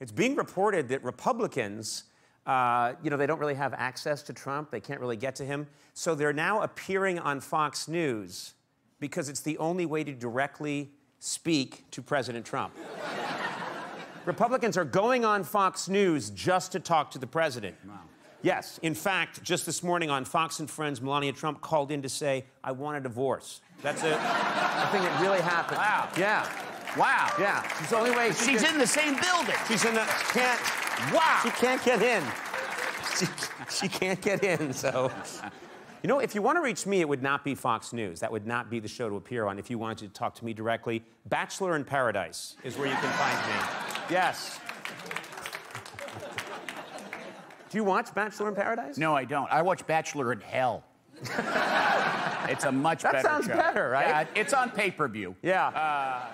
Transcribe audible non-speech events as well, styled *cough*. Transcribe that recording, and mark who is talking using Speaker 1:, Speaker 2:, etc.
Speaker 1: It's being reported that Republicans, uh, you know, they don't really have access to Trump. They can't really get to him. So they're now appearing on Fox News because it's the only way to directly speak to President Trump. *laughs* Republicans are going on Fox News just to talk to the president. Yes, in fact, just this morning on Fox and Friends, Melania Trump called in to say, I want a divorce. That's it. I think it really happened.
Speaker 2: Wow.
Speaker 1: Yeah.
Speaker 2: Wow.
Speaker 1: Yeah. It's the only way she
Speaker 2: She's
Speaker 1: can-
Speaker 2: in the same building.
Speaker 1: She's in the can't.
Speaker 2: Wow.
Speaker 1: She can't get in. She, she can't get in. So, you know, if you want to reach me, it would not be Fox News. That would not be the show to appear on. If you wanted to talk to me directly, Bachelor in Paradise is where you can find me. Yes. Do you watch Bachelor in Paradise?
Speaker 2: No, I don't. I watch Bachelor
Speaker 1: *laughs*
Speaker 2: in Hell. it's a much
Speaker 1: That
Speaker 2: better
Speaker 1: sounds
Speaker 2: show.
Speaker 1: better, right?
Speaker 2: Yeah, it's on pay per view.
Speaker 1: Yeah.